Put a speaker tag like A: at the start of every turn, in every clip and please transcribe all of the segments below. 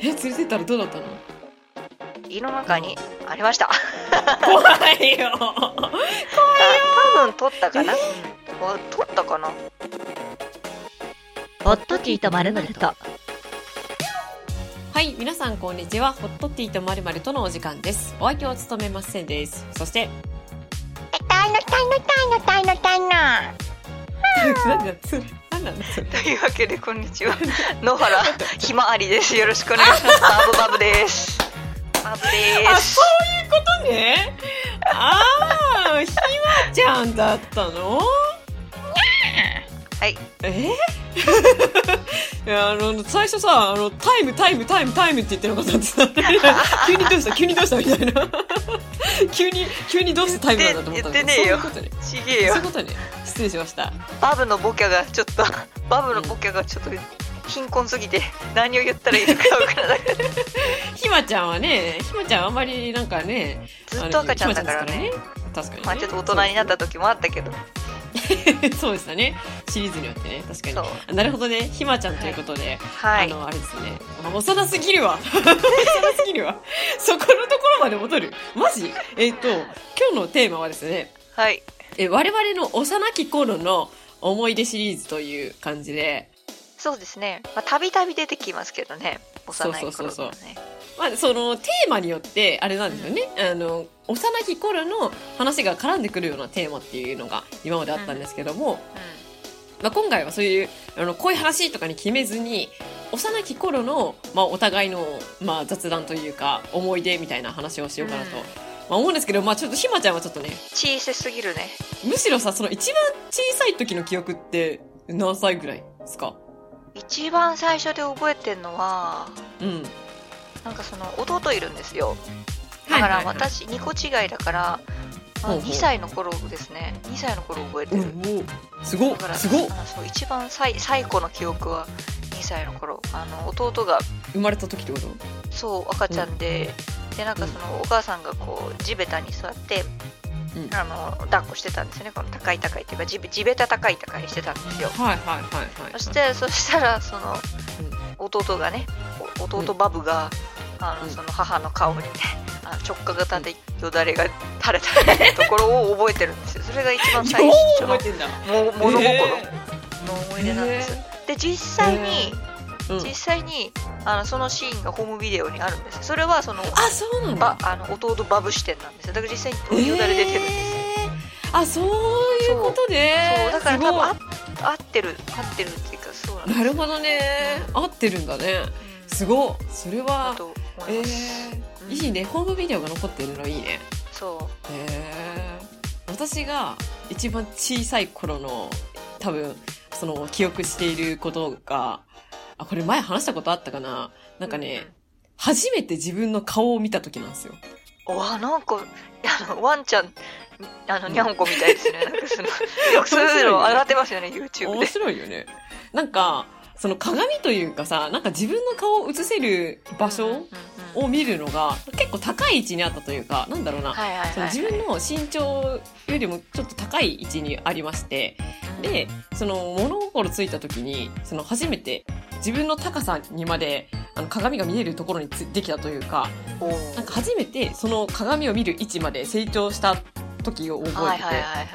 A: え連れてったらどうだったの
B: 胃の中にありました。
A: 怖いよ
B: 多分取ったかな。お取ったかな。
C: ホットティーとまるまると。
A: はい皆さんこんにちはホットティーとまるまるとのお時間ですお相手を務めませんですそして
B: たいのたいのたいのたいのたいの。
A: なんだつなんだそれ
B: というわけでこんにちは。野原ひまわりです。よろしくお願いします。バブバブです。バブで
A: あ
B: す
A: そ。ういうことねああひまちゃんだったの
B: はい。
A: えいやあの最初さあのタイムタイムタイムタイムって言ってなかったってさ 急にどうした急にどうしたみたいな 急に急にどうしてタイムなんだと思ったんだけど
B: 言って言ってねえよ
A: そういうことね
B: ちげえよ
A: そういう。ことね失礼しました
B: バブのボキャがちょっとバブのボキャがちょっと貧困すぎて何を言ったらいいのかわからない。
A: ひまちゃんはねひまちゃんあんまりなんかね
B: ずっと赤ちゃんだから
A: あのひ。
B: ね
A: まちゃんですからね確かに、ね、
B: まあちょっと大人になった時もあったけど。
A: そうそうでしたねシリーズによってね確か
B: そう
A: に。あなるほどねひまちゃんということで、
B: は
A: あ
B: い。
A: のあれですねあ幼すぎるわ 幼すぎるわそこのところまで戻るマジえっ、と今日のテーマはですね
B: はい。
A: え我々の幼き頃の思い出シリーズという感じで、
B: そうですね。まあたびたび出てきますけどね。幼い頃
A: そうそうそう
B: とかね。
A: まあ、そのテーマによってあれなんですよね、あの幼き頃の話が絡んでくるようなテーマっていうのが今まであったんですけども、まあ、今回はそういうあのこういう話とかに決めずに幼き頃の、まあ、お互いの、まあ、雑談というか思い出みたいな話をしようかなと、
B: うん
A: まあ、思うんですけど、まあ、ちょっとひまちゃんはちょっとね
B: 小さすぎるね。
A: むしろさその一番小さい時の記憶って何歳ぐらいですか
B: 一番最初で覚えてるのは
A: うん
B: なんかその弟いるんですよ。だから私2個違いだから、ま
A: ほ
B: あ、
A: うほう
B: 2歳の頃ですね2歳の頃覚えて
A: う
B: る、
A: んおおすごっ
B: だから
A: すごっ
B: あそう一番最最古の記憶は2歳の頃あの弟が
A: 生まれた時ってこと
B: そう赤ちゃんで、でなんかそのお母さんがこう地べたに座って、
A: うん
B: あの抱っこしてたんですよねこの高い高いっていうか地べ地べた高い高いしてたんですよ
A: はいはいはいはい
B: そしてそしたらその
A: うん
B: 弟がねお弟バブが、あ
A: うん
B: のその母の顔にねあの直下型でよだれが垂れたっていうところを覚えてるんですよそれが一番最
A: よう
B: 初 の
A: 覚えてんだ
B: も物心
A: え
B: の思い出なんです、で実際に、
A: ーうん
B: 実際にあのそのシーンがホームビデオにあるんですそれはその
A: あそうなんだ
B: ばあの弟バブ視点なんですよだから実際によだれ出てるんです、
A: えーあそういうことね
B: そうだから
A: すごい
B: 多分あ合ってる合ってるっていうかそうなんです
A: なるほどね合ってるんだね
B: うん
A: すごいそれ
B: だ
A: は
B: と思い
A: え
B: ます、
A: ー、いいねホームビデオが残ってるのいいね
B: そ
A: え
B: う
A: ー、私が一番小さい頃の多分その記憶していることがあこれ前話したことあったかななんかね、初めて自分の顔を見た時なんですよ
B: うん、わなんかあのワンちゃんあのにゃんこみたいですねなんかそのよくそういうの上がってますよね YouTube
A: 面
B: で
A: 白いよねなんかその鏡というかさなんか自分の顔を映せる場
B: うんうん
A: 所
B: うん
A: を見るのが結構高い位置にあったというかなんだろうな、
B: はいはいはい
A: その
B: はい
A: 自分の身長よりもちょっと高い位置にありましてでその物心ついた時にその初めて自分の高さにまであの鏡が見えるところにつできたというか
B: おー
A: なんか初めてその鏡を見る位置まで成長した時を覚えてて、
B: はいはいはいはいは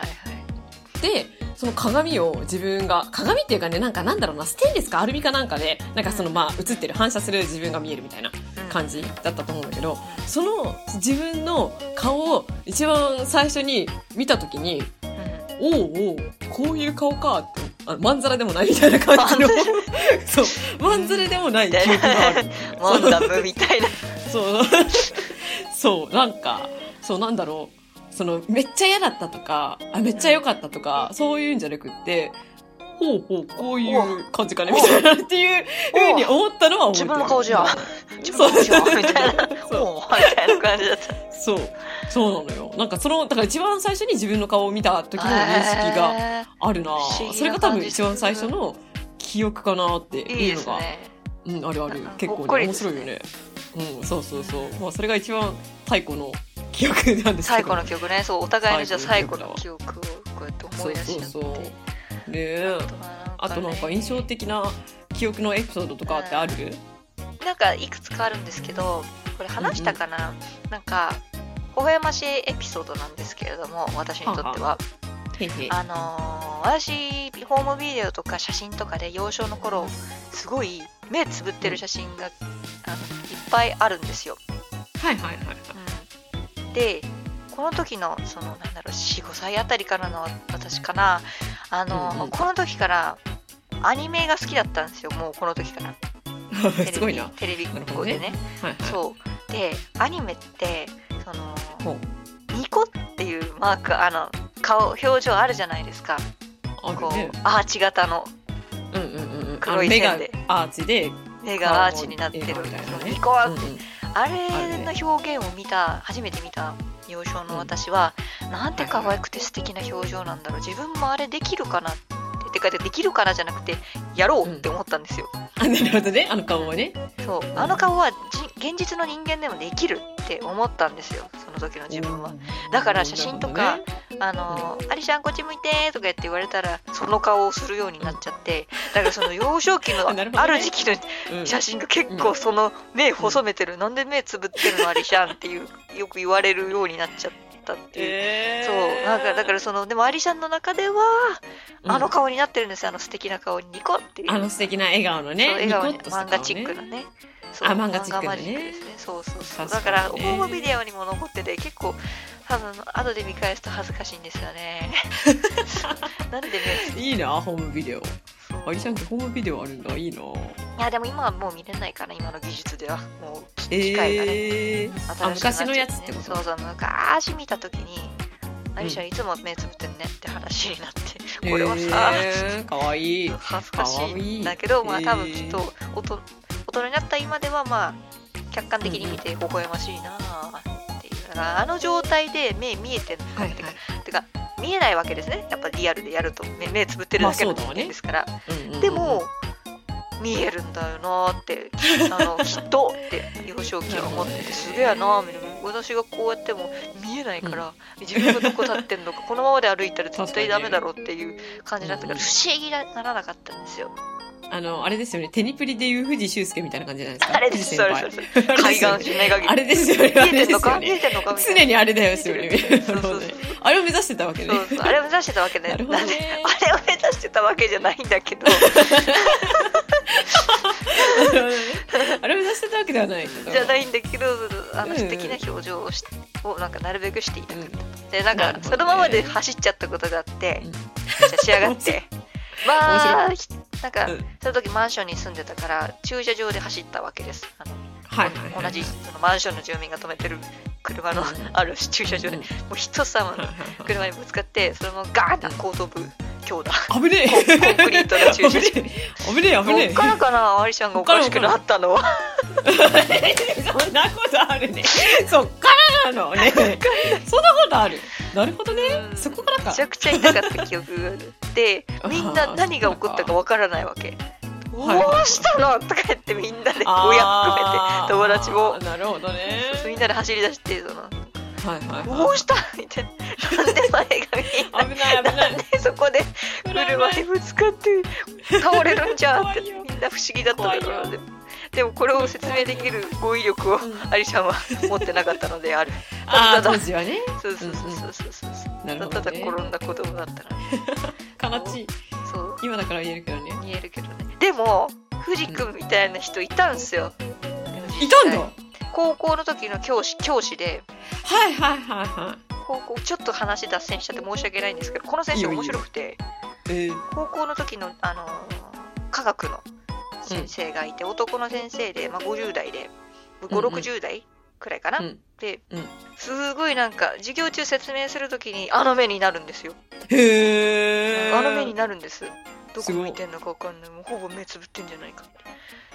A: で
B: い
A: その鏡を自分が鏡っていうかねなんかなんだろうなステンレスかアルミかなんかでなんかそのまあ映ってる反射する自分が見えるみたいな
B: うん
A: 感じだったと思うんだけどその自分の顔を一番最初に見た時に
B: うん
A: おうおうこういう顔かってあまんざらでもないみたいな感じの そうまんざらでもない記憶があ る
B: ワンダムみたいな
A: そう そうなんかそうなんだろうそのめっちゃ嫌だったとかあめっちゃ良かったとかそういうんじゃなくってほうほうこういう感じかねみたいなっていうふうに思ったのは覚えて
B: 自
A: る
B: 分の顔じゃん自
A: そう
B: 分の顔じゃんみたいな
A: そう
B: おーみたいな感じだった
A: そうそうなのよなんかそのだから一番最初に自分の顔を見た時の認識が
B: へー
A: あるな
B: 不思議な感じ
A: それが多分一番最初の記憶かなって
B: いい
A: い
B: で
A: うの
B: す
A: が
B: ね
A: うん、あるある
B: なんか
A: 結
B: ほ
A: 構
B: っこ
A: ね
B: り
A: 面
B: です
A: 白いよねうんそうそうそう、まあ、それが一番太古の記憶なんですけ
B: 最
A: ど
B: 古の記憶ねそうお互いのじゃあ最
A: 最
B: 古
A: 古の
B: の記
A: 記
B: 憶をこうやって思い出しちゃって
A: そうそうそうねえ
B: あ
A: あとなんか印象的な記憶のエピソードとかってある
B: うなんかいくつかあるんですけどこれ話したかな、なんか微笑ましいエピソードなんですけれども私にとっては
A: へへ
B: あのー私ホームビデオとか写真とかで幼少の頃すごい目つぶってる写真があのいっぱいあるんですよ、
A: はいはいはいはい
B: うん、でこの時のそのなんだろう45歳あたりからの私かなあのー
A: うんうん
B: この時からアニメが好きだったんですよもうこの時からテレ ビ
A: すごいな。は
B: テレビっ
A: なるほ
B: 子
A: どね
B: でね
A: いはい。
B: そうでアニメってそ
A: ほ
B: の
A: う
B: ニコっていうマークあの顔表情あるじゃないですか
A: ある
B: こ
A: ね
B: う。アーチ型の
A: うんうんうんうん。
B: 黒い線で
A: あの目がアーチで。
B: 目がアーチになってる
A: 顔も笑顔みたいなね
B: ニコは
A: うんうん
B: あ
A: る
B: れ
A: ね
B: の表現を見た初めて見た幼少の私は、なんて可愛くて素敵な表情なんだろう自分もあれできるかなっててかできるかなじゃなくてやろうって思ったんですよ、
A: あ、なるほどね。あの顔はね。
B: そうあの顔はじ現実の人間でもできるって思ったんですよその時の自分はだから写真とかあのーアリちゃんこっち向いてとか言って言われたらその顔をするようになっちゃってだからその幼少期の
A: なるほどね
B: ある時期の
A: うん
B: 写真が結構その目細めてる、なんで目つぶってるのアリシャンって いうよく言われるようになっちゃったっていう、
A: えー
B: そうなんかだからそのでもアリシャンの中では
A: うん
B: あの顔になってるんですよ、あの素敵な顔にニコっていう
A: あの素敵な笑顔のね
B: そう笑顔ね
A: ニコッとした
B: 漫
A: 顔ね
B: 画チックなねそう
A: あ漫画チックなね
B: 漫画マジックですねそうそうそう
A: 確
B: だ
A: か
B: か
A: に
B: ら
A: ね
B: ホームビデオにも残ってて結構多分後で見返すと恥ずかしいんですよ ねなんでね
A: いいなホームビデオ
B: そう
A: アリシャンってホームビデオあるんだいいない
B: やでも今はもう見れないから今の技術ではもう機械がね、
A: えーあ
B: 新しくなちゃ
A: 昔
B: う
A: のやつってこと
B: そうそう昔見た時に「
A: ん
B: アリシャいつも目つぶってんね」って話になって、これはさ、
A: えー、かわいい
B: 恥ずかしいんだけ
A: か
B: ど
A: わいい
B: まあ多分きっと大人大人になった今ではまあ客観的に見て微笑ましいなあっていうだからあの状態で目見えてるのか、
A: はいはい
B: てかてか見えないわけですねやっぱリアルでやると目目つぶってるだけの
A: まあそうだわね
B: 人間ですから、
A: うんうんうん
B: でも見えるんだよなーってあのきっとって幼少期は思っててすげえなーみたいな私がこうやっても見えないから、自分がどこ立って んのかこのままで歩いたら絶対ダメだろうっていう感じだったから
A: うん
B: 不思議にならなかったんですよ。
A: あのあれですよねテニプリでいう藤井修介みたいな感じじゃないですか
B: あれです、
A: 藤井
B: あれ
A: 先
B: です
A: 輩
B: それです。海
A: あれ
B: 岸しない限
A: あ
B: り。
A: れですよね
B: 見
A: あ
B: えて
A: れで
B: んの
A: すよ
B: か見え
A: ね
B: てんのかみたいな
A: 常にあれだよすよね
B: 見えてるそうそうそう
A: あれを目指してたわけね
B: そうそうあれを目指してたわけね。
A: なるほどね
B: んであれを目指してたわけじゃないんだけど、
A: あれを目指してたわけではないけど
B: じゃないんだけど、あ
A: うんう
B: の
A: ん
B: 素敵な表情をしをなんかなるべくしていた
A: う
B: く
A: ん
B: て、でなん
A: な
B: か
A: るほど
B: そ
A: ね
B: のままで走っちゃったことがあって、
A: うん
B: めっちゃ仕上が って、まあひなんか
A: うん
B: その時マンションに住んでたから駐車場で走ったわけです。あの
A: はいはいはい
B: 同じそのマンションの住民が止めてる車の
A: うん
B: ある駐車場で、
A: うん
B: もう人様の車にぶつかってそれもガーンと後頭部強打
A: 危ねえ
B: コンコンクリートの駐車場
A: 危ねえ危ね
B: こ
A: え
B: っからかなアリシャンがおかしくなったのは
A: そんなことある ねそっからなのね そんなことあるなるほどね
B: うん
A: そこから
B: め
A: か
B: ちゃくちゃ痛かった記憶があるでみん
A: あ
B: な
A: ー
B: 何が起こったかわからないわけど
A: はいはいう
B: したのとか言ってみんなで親含めて
A: あー
B: 友達も
A: なるほどね
B: そうそうみんなで走り出してその
A: はいはい
B: ど
A: は
B: うしたみたいななんで前が見えない
A: い危ない危ない
B: でそこで 車にぶつかって倒れるんじゃんって
A: 怖いよ
B: みんな不思議だっただろ
A: 怖
B: う
A: い
B: でもでもこれを説明できる語彙力を
A: うん
B: アリさんは持ってなかったのである
A: ああ当時はね
B: そうそうそうそうそうそう
A: なる
B: た
A: ほ
B: だ
A: ど
B: ただ
A: ね
B: 転んだ子供だったら
A: 悲しい
B: そう
A: 今だから言えるけどね
B: 見えるけどねでも藤君みたいな人いたんすよ
A: いたんだ
B: 実際高校の時の教師教師で
A: はいはいはいは
B: 高校ちょっと話脱線しちゃって申し訳ないんですけどこの先
A: いい
B: 生
A: よいいよ
B: 面白くて
A: いえー
B: 高校の時の、あのー科学の先生がいて、男の先生で、まあ、50代で
A: うんうん
B: 560代くらいかな、
A: うん
B: で、
A: うん
B: すごいなんか授業中説明するときにあの目になるんですよ、
A: へえ
B: あの目になるんですどこ
A: すごい
B: 見てんのかわかんないもうほぼ目つぶってんじゃないか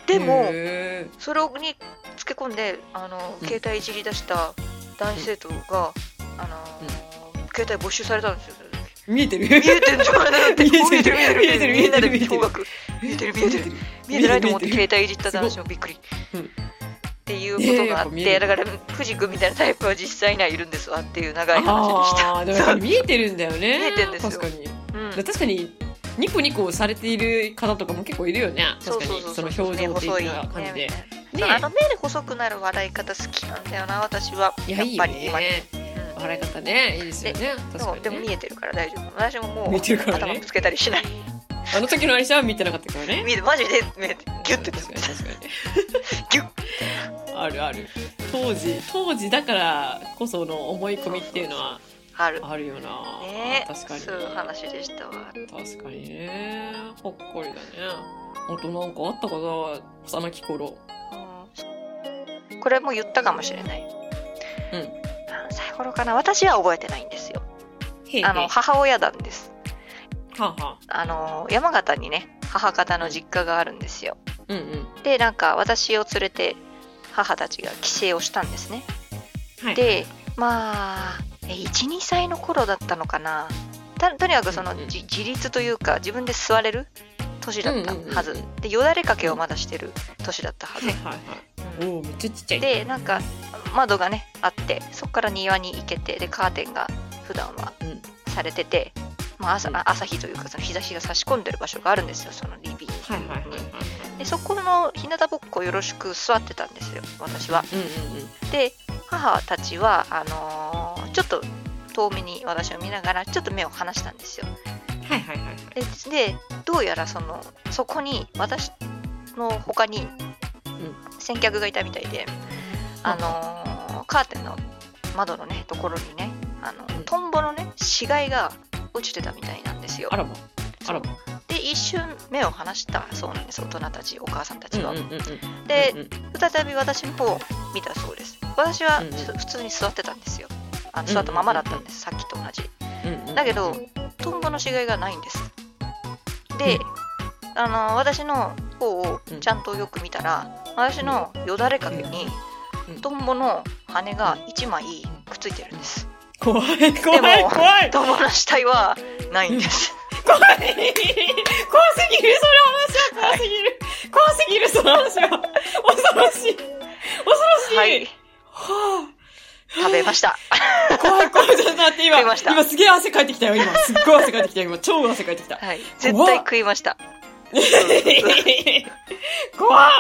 B: でも
A: へ
B: それにつけ込んであの
A: うん
B: 携帯いじり出した男子生徒が、あのー携帯没収されたんですよ
A: ー見えてる
B: 見えてんじゃないだって
A: 見えてる
B: お見えてる見えてる見えて
A: 見えてる見えてる
B: るみんなで驚愕見えてる見えてる見えてないと思って携帯いじった男子もびっくり。
A: ごいうん
B: っていうことがあっ
A: ねえや
B: て、
A: っぱ
B: だ
A: 見え
B: か
A: る
B: ら藤君みたいなタイプは実際にはいるんですわっていう長い話でした。
A: ああーでもやっぱり見えてるんだよね
B: 見えてんですよ
A: 確かに
B: うん
A: 確かにニコニコされている方とかも結構いるよね
B: そ
A: 確か
B: うそう
A: に
B: そう
A: その表情的な感じで
B: ね細いねみたいな
A: ね
B: と、あの目で細くなる笑い方好きなんだよな私はいや
A: や
B: っ
A: いいよ
B: ぱり今
A: ね笑い方ねいいですよね確か
B: で
A: に
B: も
A: ね
B: 見えてるから大丈夫私ももう
A: 見てるから
B: 頭
A: ね
B: ぶつけたりしない
A: あの時のアリシャは見てなかったからね
B: 見てマジで目でギュッて
A: 確かに確か
B: ギュッ
A: にあるある当時当時だからこその思い込みっていうのは
B: ある
A: あるよな、
B: ね
A: 確かに
B: そういう話でしたわ
A: 確かにねほっこりだねあとなんかあったかな幼き頃
B: これも言ったかもしれない、
A: うん、
B: 何歳頃かな私は覚えてないんですよ
A: へいへい
B: あの
A: は
B: 母親なんです
A: あはあ
B: あの山形にね母方の実家があるんですよ
A: うんうん
B: でなんか私を連れて母たちが帰省をしたんですね
A: はい
B: でまあ12歳の頃だったのかなたとにかくその、
A: うんうん
B: じ自立というか自分で座れる年だったはず、
A: うんうん
B: でよだれかけをまだしてる年だったはず、
A: はいはいはいおおめっちゃちっちゃい
B: でなんか窓がねあってそこから庭に行けてでカーテンが普段は
A: うん
B: されてて、まあ、朝
A: うん
B: 朝日というかその日差しが差し込んでる場所があるんですよそのリビング
A: はいはいはいはい
B: でそこの日向ぼっこよろしく座ってたんですよ私は
A: うんうんうん
B: で母たちはあのーちょっと遠目に私を見ながらちょっと目を離したんですよ
A: はいはいはいはい
B: ででどうやらそのそこに私の他に先客がいたみたいで、あのーカーテンの窓のねところにねあの
A: うん
B: トンボのね死骸が落ちてたみたいなんですよ
A: あらまあらま
B: で一瞬目を離したそうなんです大人たちお母さんたちは、
A: うんうんうんうん
B: で
A: うんうん
B: 再び私の方を見たそうです私は
A: うんうん
B: ちょっと普通に座ってたんですよあの座ったままだったんです、さっきと同じ
A: うんうん
B: だけどトンボの死骸がないんですで、あの私の方をちゃんとよく見たら、私のよだれかけに
A: うん
B: トンボの羽が1枚くっついてるんです
A: 怖い怖い怖い
B: でも
A: 怖い
B: トンボの死体はないんです
A: 怖すぎるその話は怖すぎる怖すぎるその話は恐ろしい恐ろしい、
B: はい
A: は
B: 食べました
A: あ、怖い怖いちょっと待って今
B: 食いました
A: 今すげえ汗かいてきたよ今すっごい汗かいてきたよ今超汗かいてきた
B: はい絶対食いました
A: 怖っ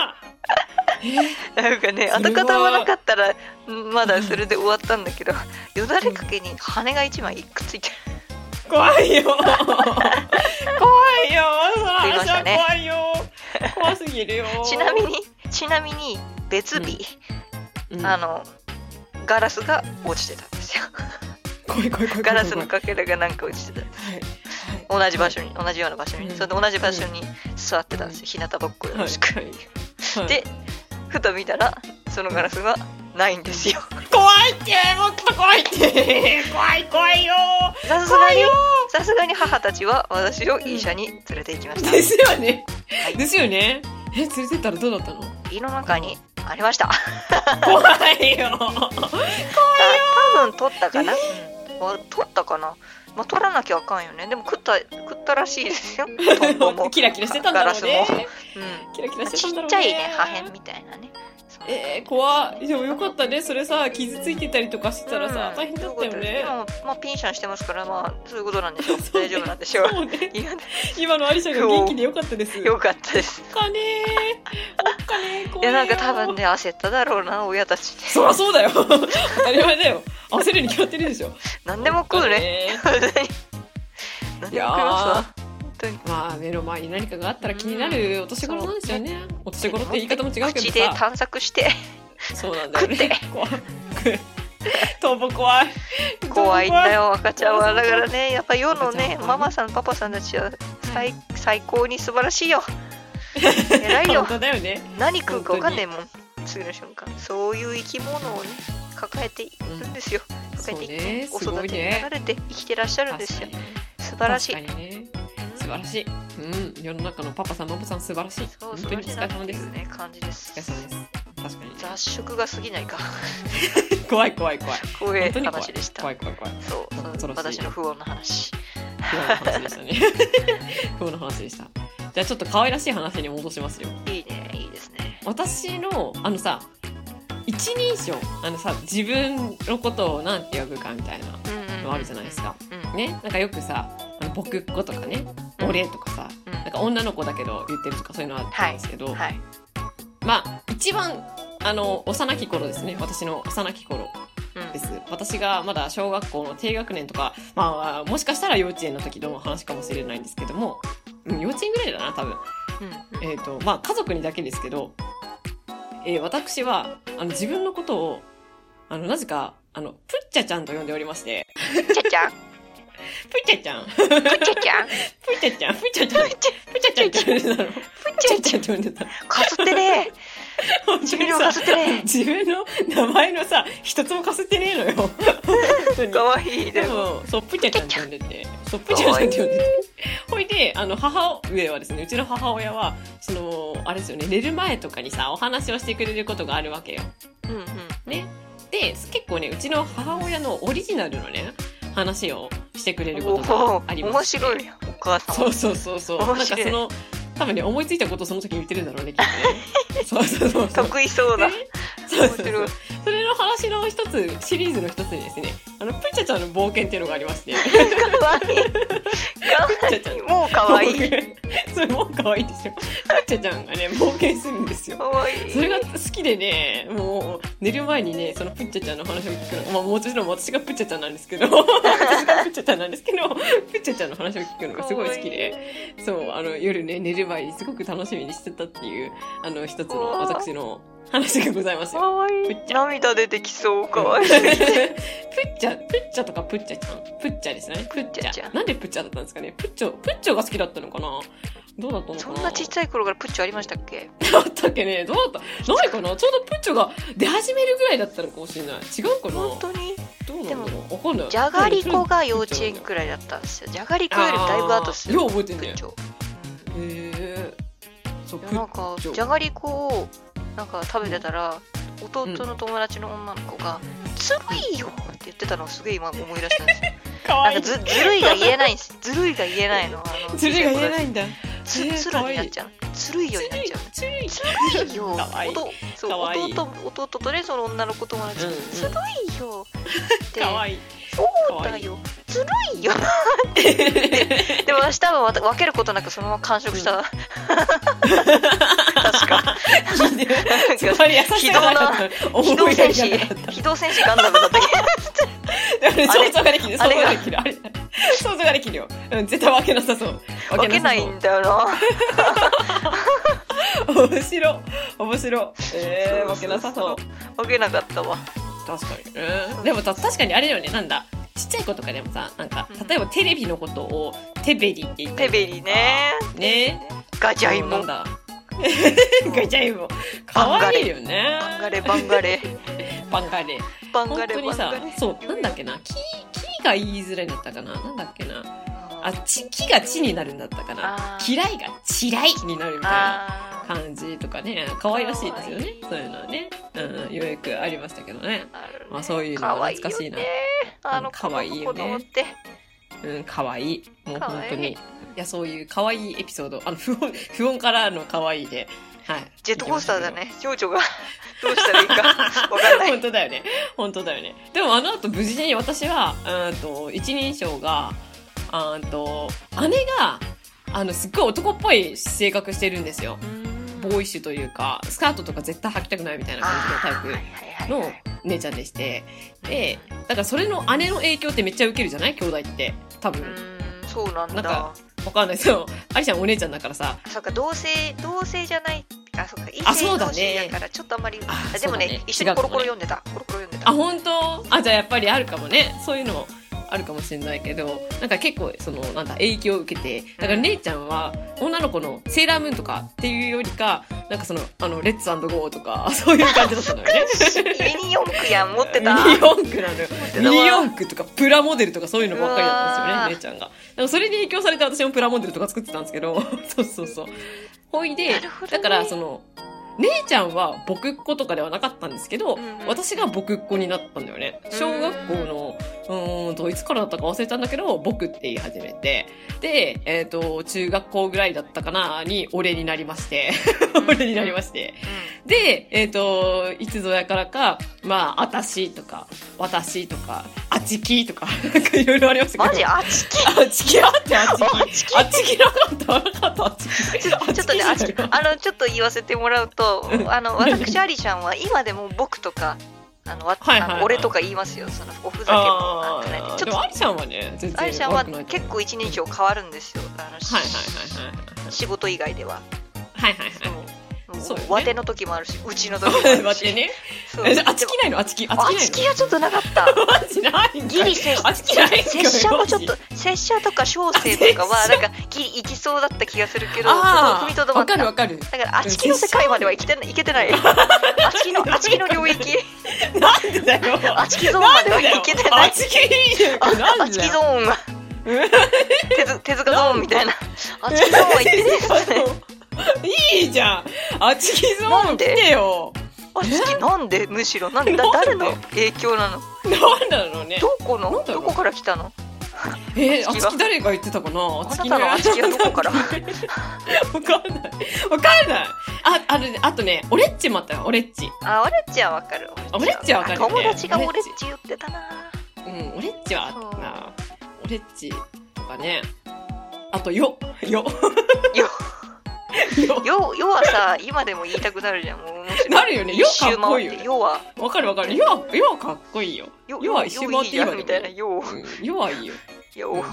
B: なんかね
A: それは
B: 跡形もなかったらんまだそれで終わったんだけどよだれかけに羽が1枚くっついてる
A: 怖 いよ怖いよその
B: 食いま
A: 話
B: した
A: は
B: ね
A: 怖いよ怖すぎるよ
B: ちなみにちなみに別日、
A: うん
B: あのガラスが落ちてたんです よ
A: 怖い怖い怖い怖い
B: ガラス
A: 怖
B: の
A: い
B: かけらがなんか落ちてた
A: はいはい
B: 同じ場所に同じような場所に、
A: うん
B: それで同じ場所に座ってたんですよ、日向ぼっこよろしく、
A: はいはい
B: でふと見たらそのガラスがないんですよ
A: 怖いってもっと怖い って怖い怖いよ
B: さすが
A: 怖
B: に
A: いよ
B: さすがに母たちは私を医者に連れて行きました、
A: ですよね
B: はい
A: ですよねえ連れてったらどうだ ったの
B: 胃の中にありました
A: 怖いよ
B: 多分取ったかな、あ取ったかなまあ、取らなきゃあかんよねでも食った食ったらしい ですよトンボも
A: キラキラしてたんだろうね
B: ガラスもうん
A: キラキラしてた
B: ち
A: んだろ
B: っ
A: うね
B: ちゃいね破片みたいなねそう
A: えー、怖いでもよかったねそれさ傷ついてたりとかしてたらさ、
B: うん
A: 大変だったよ
B: そういう
A: ね
B: ことですでもまあ、ピンシャンしてますから、まあ、そういうことなんでしょう。
A: そうね
B: 大丈夫なんでしょう。
A: そうね
B: いや
A: 今のアリシャが元気でよかったです
B: よかったです。
A: おっかねーおっかねー怖いよ
B: いや、なんか多分ね、焦っただろうな、親たち。
A: そりゃそうだよ 当たり前だよ焦るに決まってるでしょ
B: 何でも食うね。
A: ね
B: 何でも食います
A: いや
B: わ。
A: ー
B: 本当に。
A: まあ目の前に何かがあったら気になるお年頃なんですよね、お年頃って言い方も違うけ
B: 口
A: ど
B: で
A: さ
B: 探索して、
A: そうなんだよ
B: 食っ
A: ね怖い トンボ怖い
B: 怖いんだよ、赤ちゃんは。
A: そうそ
B: だ
A: うそう
B: からね、やっぱ世の
A: 赤ちゃん、
B: ね
A: はね
B: ママさん、パパさんたちは
A: は
B: 最最高に素晴らしいよ。偉い
A: 本
B: よ。
A: 当だよね
B: 何食うか分かんねえもん。次の瞬間。そういう生き物をね、抱えているんですよ。
A: そ
B: 抱
A: う
B: えていって。
A: ね
B: お
A: すご
B: 育
A: い
B: てにな
A: ね
B: られて生きてらっしゃるんですよ。
A: 確かに
B: 素晴らしい。
A: 確かにね素晴らしいうん世の中のパパさんママさん素晴らしい
B: そう
A: 本
B: 素
A: 当
B: 晴
A: に
B: ら
A: お
B: しい
A: 疲れ
B: な
A: 様
B: って
A: で
B: い
A: す
B: うね感じで
A: お
B: す
A: 疲。れ様です確か
B: 雑食が過ぎないか。
A: に 怖い怖い怖い
B: こういう
A: 本当に怖
B: 話
A: い
B: でした。
A: 怖い怖い怖い
B: そうそう
A: 恐ろしい
B: 私の不穏な話。
A: 不安の話でしたね 不安の話でしたじゃあちょっと可愛らしい話に戻しますよ
B: いいね、いいですね。
A: 私のあのさ一人称あのさ自分のことをなんて呼ぶかみたいな
B: うん
A: のあるじゃないですか。
B: うん
A: ねなんかよくさあの僕っ子とかね
B: うん
A: 俺とかさ
B: うん
A: なんか女の子だけど言ってるとかそういうのあったんですけど、
B: はい。
A: まあ、一番、あの、幼き頃ですね。私の幼き頃です。私がまだ小学校の低学年とか、まあ、もしかしたら幼稚園の時の話かもしれないんですけども、うん幼稚園ぐらいだな、多分。
B: うん
A: えっ、と、まあ、家族にだけですけど、えー私は、あの、自分のことを、あの、なぜか、あの、プッチャちゃんと呼んでおりまして、
B: ちゃちゃん
A: プッチャちゃん、プ
B: くちゃちゃんく
A: ッチャちゃん、プッチャちゃん、プ
B: ちゃ
A: ッチャちゃんって呼んでた の。プッチャちゃんって呼んでた の。
B: かすってね
A: 本
B: 自
A: 当
B: 分
A: に
B: のか
A: さ
B: す、ってね
A: 自分の名前のさ、一つもかすってねえの よ。本当に
B: かわいい
A: で
B: でも
A: も、そう、プチャちゃんって呼んでて、そう、プチャちゃんって呼んでて。ほいで、あの、母上はですね、うちの母親は、その、あれですよね、寝る前とかにさ、お話をしてくれることがあるわけよ。
B: うんうん
A: ね。で、結構ね、うちの母親のオリジナルのね、話をしてくれること
B: お
A: があ
B: ー
A: り
B: 面
A: まして
B: 白いやんお母さん
A: そうそうそうそう。なん
B: 面
A: かそ
B: 白い
A: の、多分ね、思いついたことをその時言ってるんだろうね、きっと ね。そうそうそうそう。
B: 得意そうだ
A: そうそう
B: 面
A: そ
B: 白いう
A: それの話の一つシリーズの一つにですねあのプチャちゃんの冒険っていうのがありまして
B: かわいいかわいいもうかわいい
A: それもう可愛いでしょプチャちゃんがね冒険するんですよ
B: かわいい
A: それが好きでねもう寝る前にねそのプッチャちゃんの話を聞くの、まあ、もちろん私がプッチャちゃんなんですけど私がプッチャちゃんなんですけどプッチャちゃんの話を聞くのがすごい好きでそうあの夜ね寝る前にすごく楽しみにしてたっていうあの一つの私の話がございます
B: か
A: よ。
B: わい
A: ぷ
B: い
A: っちゃ
B: 涙出てきそうかわいい
A: プッチャ、プッチャとかプッチャちゃん。プッチャですね。プッチ
B: プッチャ
A: ャ。なんでプッチャだったんですかねプッチョ、プッチョが好きだったのかなどうだったのか
B: そ
A: なん
B: なちっちゃい頃からプッチョありましたっけ
A: だったっけねどうだったないかなちょうどプッチョが出始めるぐらいだったのかもしれない。違うかな
B: 本当に
A: どうなんだろうわかんない。
B: じゃがりこが幼稚園くらいだったんですよじゃがりこよりだいぶ後っす
A: よう
B: よ
A: 覚えて
B: プ
A: んだよ
B: ッ。チョ
A: へえ。そう、プ
B: なん
A: ッ
B: か
A: プッチョ
B: じゃがりこをなんか食べてたら弟の友達の女の子が「ずるいよ!」って言ってたのをすごい今思い出したんですよ
A: か
B: な
A: わ
B: ん
A: い
B: か
A: い。
B: ずずるいが言えないんです ずるいが言えないのあの
A: ずるいが言えないんだ。
B: ず
A: えー
B: つらになっちゃうずるいよになっちゃう
A: ずるい。
B: ずるいよ
A: かわいい。
B: 弟そう
A: かわいい
B: 弟弟とねその女の子友達
A: うん
B: が
A: うん
B: 「ずるい よ!」って
A: かわいい。
B: そうだよずるいよ でも私多分わた分けることなくそのまま完食した、確か
A: いいね。 そこに優しさがなかった。
B: 機
A: 思
B: 動
A: いやりが
B: 戦士
A: なかった。
B: 機動戦士ガンダムだったけ
A: あれ想像ができる想
B: あ
A: 像
B: れ
A: ができるあれ想像ができるよ、うん、絶対分けなさそう
B: ど分けないんだよな
A: さそう面白面白えー、分けなさそう
B: 分けなかったわ
A: 確かに、うん、でもた確かにあれだよねなんだちっちゃい子とかでもさなんか例えばテレビのことをテベリって言って
B: テベリね
A: ね
B: ガジャイモ
A: なん
B: ン
A: だ ガチャイモ可愛いよね
B: バンガレバンガレ
A: バンガレ
B: バン
A: 本
B: ガ
A: 当
B: レバ
A: に
B: ンガ
A: さ
B: レ
A: そうなんだっけなキキが言いづらいんだったかななんだっけなあちきがちになるんだったかな
B: あー
A: 嫌いが嫌いになるみたいな
B: あー
A: 感じとかね可愛らしいですよね
B: 可
A: そう
B: 愛い
A: いうのはね、うん、ようやくありましたけどね、
B: あるね
A: まあ、そういうのは懐かしいな
B: 可愛よねあの
A: かわいいよね
B: 子供って
A: うん、可愛いもう
B: 可
A: 本
B: 愛い
A: 当にいやそういう可愛いエピソードあの不穏不穏からの可愛いではい
B: ジェットコースターだね少女が どうしたらい いか分かんない
A: 本当だよね本当だよねでもあの後無事に私はうーんと一人称がうーんと姉があのすっごい男っぽい性格してるんですよボーイッシュというかスカートとか絶対履きたくないみたいな感じのタイプ
B: の
A: の姉ちゃんでしてでだからそれの姉の影響ってめっちゃ受けるじゃない兄弟って多分
B: そうな
A: な
B: ん
A: ん
B: だ
A: かわかんないですよありちゃんお姉ちゃんだからさ
B: そうか同性同性じゃないあそうか異
A: あそ
B: 性
A: うだ
B: 同
A: ね
B: 士だからちょっとあんまり
A: あ
B: あでも
A: そうだ
B: ね
A: ね
B: 一緒にコロコロ読んでたコロコロ読んでた
A: あ本当あじゃあやっぱりあるかもねそういうのあるかもしれないけどなんか結構そのなんだ影響を受けてだから姉ちゃんは女の子のセーラームーンとかっていうよりかなんかそのあのレッツゴーとかそういう感じだったのよね。
B: ミニ四駆やん 持ってた
A: ミニ四駆なのよ
B: 持ってた
A: ミ
B: わ
A: ニ四駆とかプラモデルとかそういうのばっかりだったん
B: うわー
A: ですよね、姉ちゃんが。だからそれに影響されて私もプラモデルとか作ってたんですけど、 そうそうそう。ほいで、
B: なるほどね
A: だからその、姉ちゃんは僕っ子とかではなかったんですけど、
B: うんうん
A: 私が僕っ子になったんだよね。小学校の、うーんと、いつからだったか忘れたんだけど、僕って言い始めて、で、えっ、と、中学校ぐらいだったかな、に、俺になりまして、 俺になりまして、で、えっ、と、いつぞやからか、まあ、あたしとか、私とか、ああちきとか、なんかいろいろありました
B: マ
A: け
B: ジ
A: ど。
B: あちき
A: あちきあって、あち
B: あ
A: き。
B: ちき
A: あちきなかった、なかった、あちき。
B: ちょ ちょっとね、あ
A: あ
B: ち
A: ち
B: き
A: き
B: あの、ちょっと言わせてもらうと、あの、
A: 何
B: 私、アリちゃんは、今でも僕とか、あの、わ
A: はいはいはい
B: あの俺とか言いますよ、その、おふざけの
A: あ
B: なんかね
A: あ、
B: ち
A: で
B: ょっ
A: も
B: と、
A: ありちゃんはね、全
B: アリちゃ
A: 然
B: んは
A: 悪くないと思
B: 結構一人称変わるんですよ、あの、
A: う。はいはいはいはい。
B: 仕事以外では。
A: はいはいはい。
B: もう
A: そうよね
B: わての時もあるし、うちの 時もある
A: 待って
B: し。
A: ね。
B: そう
A: えあち
B: でも
A: きないのあちき。あ
B: あ
A: ち
B: ち
A: き
B: きはちょっとなかった。
A: ないのマジないんかい
B: ギリ接
A: あちきないんかい
B: 拙者もちょっと
A: マ
B: 拙者とか小生とかは
A: あ
B: なんかギリいきそうだった気がするけどそこを
A: あ
B: 踏みと
A: あ、
B: どま
A: わ
B: っ
A: か
B: た
A: る
B: だ
A: わかる。
B: からあちきの世界まではいけてないけてないあち きのあちきの領域
A: なんでだよ。
B: あちきゾーンまではいけてな
A: あ
B: い
A: ちきいいじゃん
B: あ
A: な
B: あ
A: ん
B: ち
A: でだ
B: き
A: よ
B: ゾーンは手塚手塚ゾーンみたいなあちきゾーンはいってね
A: いいじゃん。あちきゾ
B: な
A: ー
B: ん
A: ン
B: で
A: 来てよ。
B: あちきなんでむしろなんだ
A: なんで
B: 誰の影響なの
A: なんだろうね。
B: どこの
A: なんだろ
B: ど
A: う
B: こから来たの
A: えー、
B: あ
A: あ
B: つき
A: つ
B: が
A: き誰が言ってたかな。あ
B: あ
A: つ
B: な
A: き
B: たのあちきはど こから
A: わかんない。わかんない。あ、あるねあとね、オレッチもあったよ。オレッチ。
B: あオレッチはわかる
A: オレッチはわかるよね
B: 友達がオレッチ言ってたな
A: うん、オレッチはあ
B: そう
A: ったな。オレッチとかね。あと、よ、よ、
B: よ
A: よ。
B: よ、よはさ、今でも言いたくなるじゃん。もう面白
A: なるよね。よ
B: 一
A: かっ
B: 周
A: こいいよ
B: 回って、
A: ね。
B: よは、
A: わかるわかる。よは、よはかっこいいよ。よは一周回って今でも
B: みたいな、よ、
A: うんよはいいよ。
B: よ、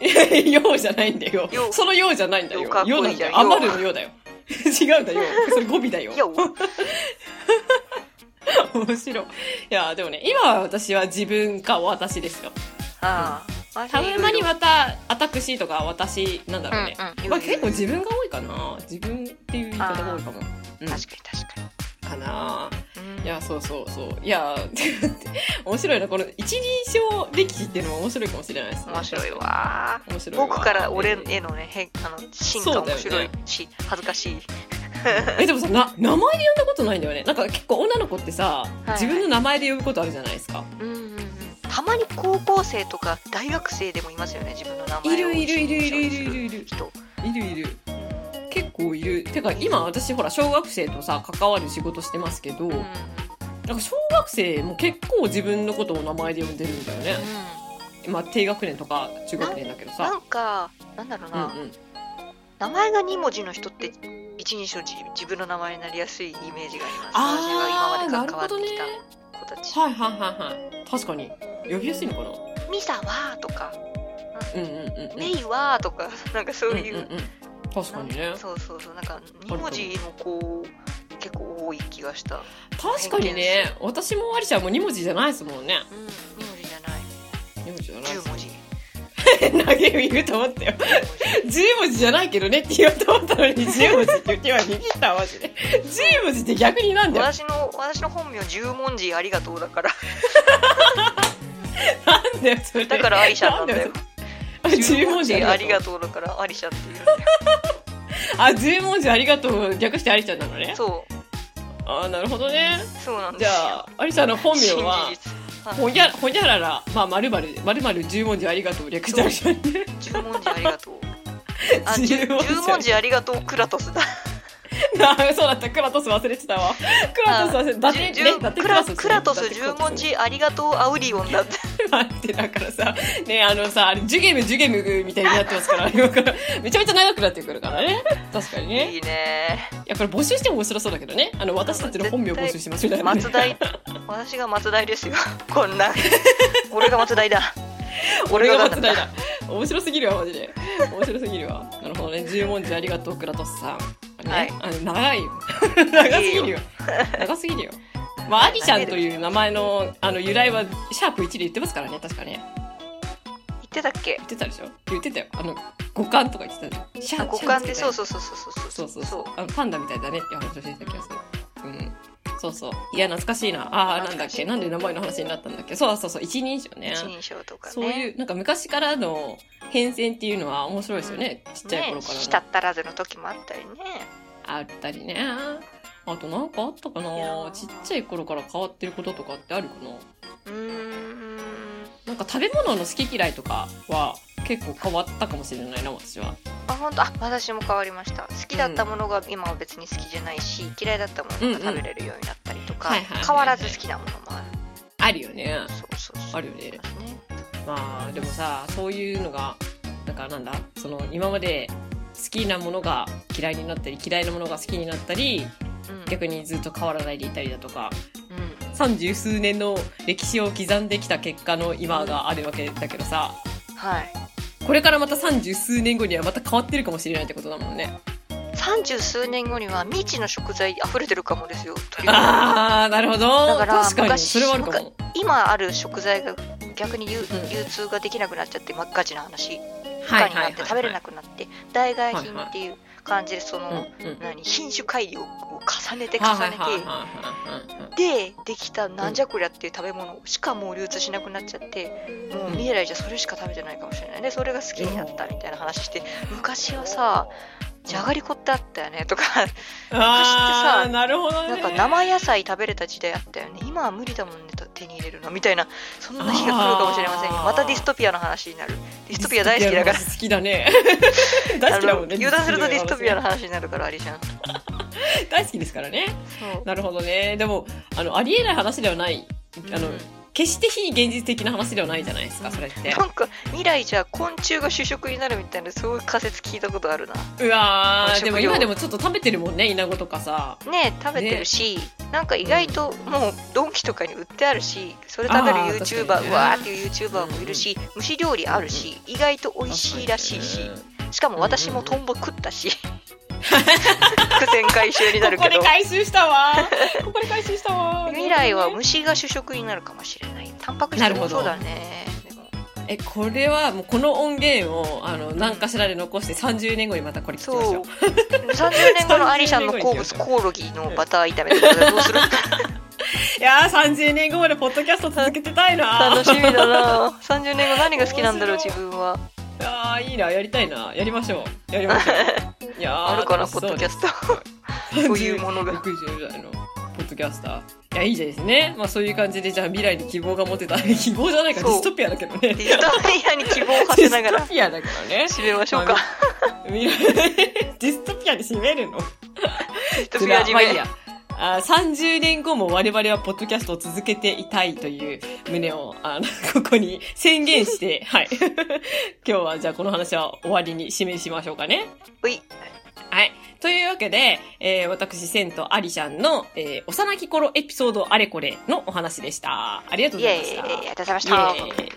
A: よじゃないんだよ
B: よ。
A: そのよじゃないんだよ。
B: よかっこいい
A: よなんだよ。
B: じゃんよ
A: 余るのよだ よ。違うんだよ。それ語尾だよ。
B: よ、
A: 面白い。いや、でもね、今は私は自分か私ですよ。
B: ああ、
A: たまにまた、私とか私なんだ
B: うん、
A: ろう
B: うん
A: ね。、
B: 言う
A: まあ結構
B: 言う
A: 自分が多いかな。自分っていう言い方が多いかも。うん
B: 確かに確か
A: かな。
B: に。うん
A: いや、そうそうそう。いや、 面白いな。この一人称歴史っていうのも面白いかもしれないですね。
B: 面白い。わ。
A: 面白いわ
B: 僕から俺へのね、変あの進化
A: そうだよ
B: 面
A: ね
B: 白いし、恥ずかしい。
A: えでもさな名前で呼んだことないんだよねなんか結構女の子ってさ、
B: い
A: 自分の名前で呼ぶことあるじゃないですか
B: うんうんうんたまに高校生とか大学生でもいますよね、自分の名前を。
A: いるいるいるいるいるいるいる
B: 人。
A: いるいる結構いるてか今私ほら小学生とさ関わる仕事してますけど、
B: うん。う
A: なんか
B: ん
A: 小学生も結構自分のことを名前で呼んでるんだよねまあ低学年とか中学年だけど
B: な
A: さ
B: んか、なんだろう
A: うんう
B: な。
A: ん
B: 名前が2文字の人って一人称自自分の名前になりやすいイメージがあります私が
A: あーな
B: 今ま
A: る
B: で
A: ほ
B: 関わって
A: どね
B: きた子たち
A: はいはいはいはい確かに呼びやすいのかな
B: 「ミサは」とか
A: うんうんうん
B: 「
A: うん
B: メイは」とか なんかそう
A: うん
B: い
A: う
B: う,、
A: んうん確かにね
B: そうそうそうなんか2文字の子結構多い気がした、
A: 確かにね私もアリちゃんも2文字じゃないですもんね
B: うん、2文字じゃない
A: 2文字じゃない
B: 10文字
A: 投げる言うと思ったよ10文字じゃないけどねって言おうと思ったのに10文字って言って今ビビったマジで10文字って逆になんだよ
B: 私の私の本名10文字ありがとう だから
A: なんだよそれ
B: だからアリシャなんだよ
A: 10文字
B: ありが
A: と
B: とうだからアリシャっていう
A: うあ10文字ありがとう略してアリちゃんなのね
B: そう
A: あなるほどね
B: そうなん
A: じ
B: ですよ
A: ゃあアリちゃんの本名は
B: 新事実はい
A: ほにゃほにゃららまあまるまるまるまる10文字ありがとう略してアリちゃんね
B: 十文字あり がとう。あ、十
A: 10文字
B: 十文字ありがとうクラトスだ。
A: なそうだったクラトス忘れてたわクラトス忘れてただって
B: 十
A: ねだって
B: クラ
A: ね
B: クラト
A: だっ
B: ス
A: て
B: 十文字ありがとうアウリオンだって。
A: 待って、だからさ、ね、あのさ、あれ、ジュゲムジュゲムみたいになってますから、 今から、めちゃめちゃ長くなってくるからね。確かにね。
B: いいね。
A: いや、これ募集しても面白そうだけどね。あの、私たちの本名募集してますみたいな、ね。
B: 松代、私が松代ですよ。 こんな。俺が松代だ。
A: 俺が松代だ。面白すぎるわ、マジで。面白すぎるわ。なるほどね。十文字ありがとう、クラトスさん。ね、
B: はい
A: あの長いよ。長すぎ るよ。長すぎるよ。まあ、アリちゃんという名前のあの由来はシャープ1で言ってますからね、確かね。
B: 言ってたっけ
A: 言？ってたでしょ言ってたよ。あの、五感とか言ってたよシャ
B: あ
A: ー
B: 五感で
A: シ
B: そ
A: ャープつけたよ
B: うそうそうそうそう
A: そうそうそうあのパンダみたいだねっていう話をしてた気がするうんそうそういや懐かしいなあーなんだ
B: 懐
A: っ
B: かしい
A: けなんで名前の話になったんだっけそうそうそう一人称ね
B: 一人称とかね。
A: そういうなんか昔からの変遷っていうのは面白いですよねちっちゃい頃
B: ね、
A: か
B: した
A: らの
B: ったらずの時もあったりね。
A: あったりねあとなんかあったか
B: いやー
A: なちっちゃい頃から変わってることとかってあるかな
B: うーん。
A: なんか食べ物の好き嫌いとかは結構変わったかもしれないな私は
B: あ本当あ私も変わりました好きだったものが今は別に好きじゃないし、嫌いだったものが食べれるようになったりとか、
A: うんうんはいはいはいはい
B: 変わらず好きなものもある
A: あるよね
B: そうそうそう
A: あるよね
B: あります
A: まあでもさそういうのがだからなんだその今まで好きなものが嫌いになったり嫌いなものが好きになったり
B: うん
A: 逆にずっと変わらないでいたりだとか
B: うん
A: 三十数年の歴史を刻んできた結果の今があるわけだけどさ
B: はい
A: これからまた三十数年後にはまた変わってるかもしれないってことだもんね。
B: 三十数年後には未知の食材溢れてるかもですよという
A: あーなるほど
B: だから
A: 確かに
B: 昔
A: それはあるかも。
B: 今ある食材が逆に流,、
A: ん
B: 流通ができなくなっちゃって真っ赤な話不
A: は
B: 可
A: い
B: になって食べれなくなって代替
A: はいは
B: 品
A: い
B: っていう感じでその、
A: うんうん
B: 何品種改良を重ねて重
A: はい
B: ね
A: はいはいはいはい
B: てでできたなんじゃこりゃっていう食べ物しかもう流通しなくなっちゃってもう
A: うん
B: 未来じゃそれしか食べてないかもしれないでそれが好きになったみたいな話して昔はさじゃがりこってあったよねとか
A: あ
B: 昔ってさ
A: ーなるほど
B: な
A: ね
B: んか生野菜食べれた時代あったよね今は無理だもんねと手に入れるのみたいなそんな日が来るかもしれませんよ
A: あー
B: またディストピアの話になるディストピア大好きだから
A: 好きだ ね
B: あ
A: 大好きだも
B: の
A: んね
B: 油断するとディストピアの話になるからアリちゃんそう
A: 大好きですからねなるほどねでもあのありえない話ではないあの、
B: うん
A: 決して非現実的な話ではないじゃないですかそれって
B: なんか未来じゃ昆虫が主食になるみたいなそういう仮説聞いたことあるな
A: うわー
B: 食
A: で
B: 料
A: も今でもちょっと食べてるもんねイナゴとかさ
B: ね食べてるし、なんか意外ともうドンキとかに売ってあるしそれ食べる
A: あー確
B: YouTuber、
A: かにね
B: わーっていう YouTuber もいるし、虫料理あるし、意外と美味しいらしいし、しかも私もトンボ食った し苦戦回収になる
A: ここ
B: け
A: で
B: ど
A: 回収した わーここで回収したわー
B: 未来は
A: なるほどね
B: 虫が主食になるかもしれないタンパク質もそうだねでも
A: えこれはもうこの音源をあの何かしらで残して30年後にまたこれ聞きまし
B: そ
A: ょ
B: う
A: う
B: 30年後のアリさんの好物コオロギのバター炒めとかどう する
A: いやー30年後までポッドキャスト続けてたいなー
B: 楽しみだな30年後何が好きなんだろう自分は
A: あーいいなやりたいなやりましょうやりましょ ういやー
B: あるかな
A: 楽し
B: ポ
A: そ
B: ッド
A: う
B: キ
A: で
B: ャ
A: す
B: スト そういうものが
A: 60代のポッドキャスターいやいいですねまあそういう感じでじゃあ未来に希望が持てた 希望じゃないか
B: そ
A: デ
B: う
A: ィストピアだけどね
B: デ
A: デ
B: ィストピアに希望を馳せなが
A: ィ
B: ら
A: ストピアだけどね
B: 締めましょうか
A: ま未来ディストピアで締めるの
B: ディストピア締
A: まあいい
B: め
A: やあー30年後も我々はポッドキャストを続けていたいという旨をあの ここに宣言してはい 今日はじゃあこの話は終わりに締めにしましょうかね
B: ほい
A: はい。というわけで、えー私、センとアリシャンの、えー幼き頃エピソードあれこれのお話でした。ありがとう
B: イ
A: ござい
B: エ
A: ま
B: ーイ
A: した。
B: ありがとうございました
A: イエーイ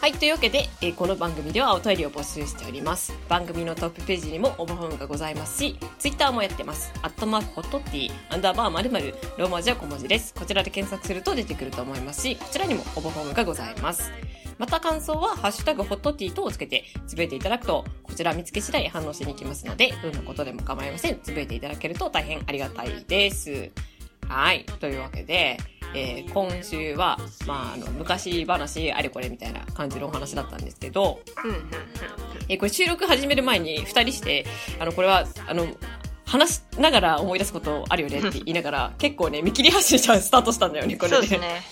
A: はい。というわけで、えーこの番組ではお便りを募集しております。番組のトップページにも応募フォームがございますし、ツイッターもやってます。アットマークホットティー、アンダーバーまるまる、ローマ字は小文字です。こちらで検索すると出てくると思いますし、こちらにも応募フォームがございます。また感想は、ハッシュタグホットティーとをつけて、つぶえていただくと、こちら見つけ次第反応していきますので、どんなことでも構いません。つぶえていただけると大変ありがたいです。はい。というわけで、えー今週は、まあ、あの、昔話、あれこれみたいな感じのお話だったんですけど、
B: うんうんうん
A: えーこれ収録始める前に二人して、あの、これは、あの、話しながら思い出すことあるよねって言いながら、結構ね、見切り発信したスタートしたんだよね、これ
B: そうですね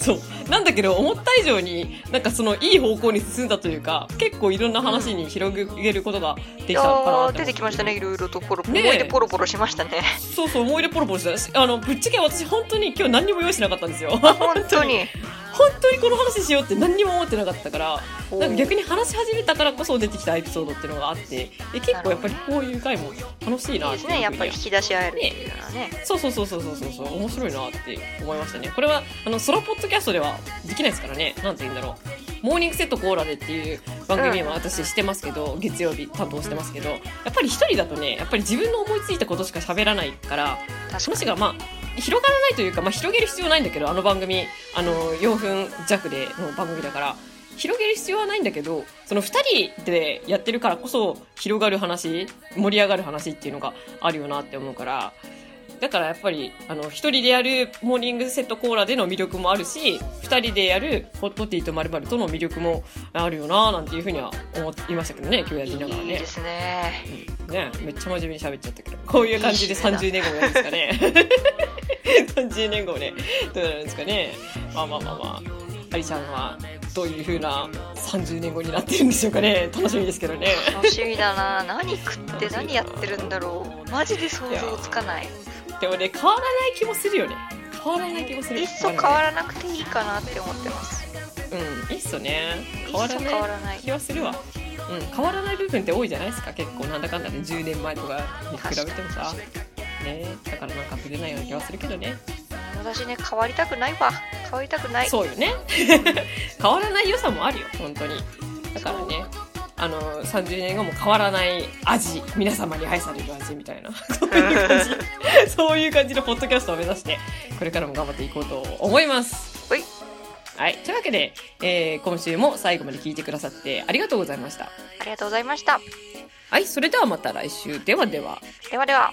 A: そう。なんだけど、思った以上に、なんかその、いい方向に進んだというか、結構いろんな話に広げることが
B: い
A: でき
B: や
A: たのかなと思っ
B: ー出てきましたねいろいろとポロポロ
A: ねえ
B: 思い出ポロポロしましたね
A: そうそう、思い出ポロポロしたし。あの、ぶっちゃけ私、本当に今日何にも用意しなかったんですよ。
B: 本当に
A: 本当にこの話しようって何にも思ってなかったからなんか逆
B: に
A: に話し始めたからこそ出てきたエピソードっていうのがあってで結構やっぱりこういう回も楽しい
B: いい
A: な
B: で
A: っていう
B: す
A: ふう
B: ね
A: に
B: やっぱり引き出し合えるっていうのはね
A: そうそうそうそうそうそうそう面白いなって思いましたねこれはあのソロポッドキャストではできないですからねなんて言うんだろう「モーニングセットコーラで」っていう番組今私してますけど、月曜日担当してますけどやっぱり一人だとねやっぱり自分の思いついたことしか喋らないから
B: 確
A: 話がまあ広がらないというか、まあ、広げる必要ないんだけどあの番組あの4分弱での番組だから広げる必要はないんだけどその2人でやってるからこそ広がる話盛り上がる話っていうのがあるよなって思うからだからやっぱりあの1人でやるモーニングセットコーラでの魅力もあるし2人でやるホットティーとまるまるとの魅力もあるよななんていうふうには思っていましたけどね今日やりながら
B: いい
A: ね
B: で。すね
A: ね、めっちゃ真面目に喋っちゃったけどこういう感じで30年後やるんですか ね30年後ねどうなるんですかねまあまあまあまあありちゃんはどういう風な30年後になってるんでしょうかね楽しみですけどね
B: 楽しみ だな何食って何やってるんだろうマジで想像つかない
A: でもね変わらない気もするよね変わらない気もする
B: いっそ変わらなくていいかなって思ってます
A: うんいっそね
B: い
A: 変
B: っ
A: わ
B: そ
A: ら
B: 変
A: な
B: わ
A: い
B: らない
A: 気はするわうん変わらない部分って多いじゃないですか結構なんだかんだで10年前とかに比べてもさねだからなんかぶれないような気はするけどね
B: 私ね変わりたくないわ変わりたくない
A: そうよ ね変わらない良さもあるよ本当にだからねあの30年後も変わらない味皆様に愛される味みた いなそういう感じそういう感じのポッドキャストを目指してこれからも頑張っていこうと思います
B: はい
A: はいというわけで、えー今週も最後まで聞いてくださってありがとうございました
B: ありがとうございました
A: はいそれではまた来週ではでは
B: ではでは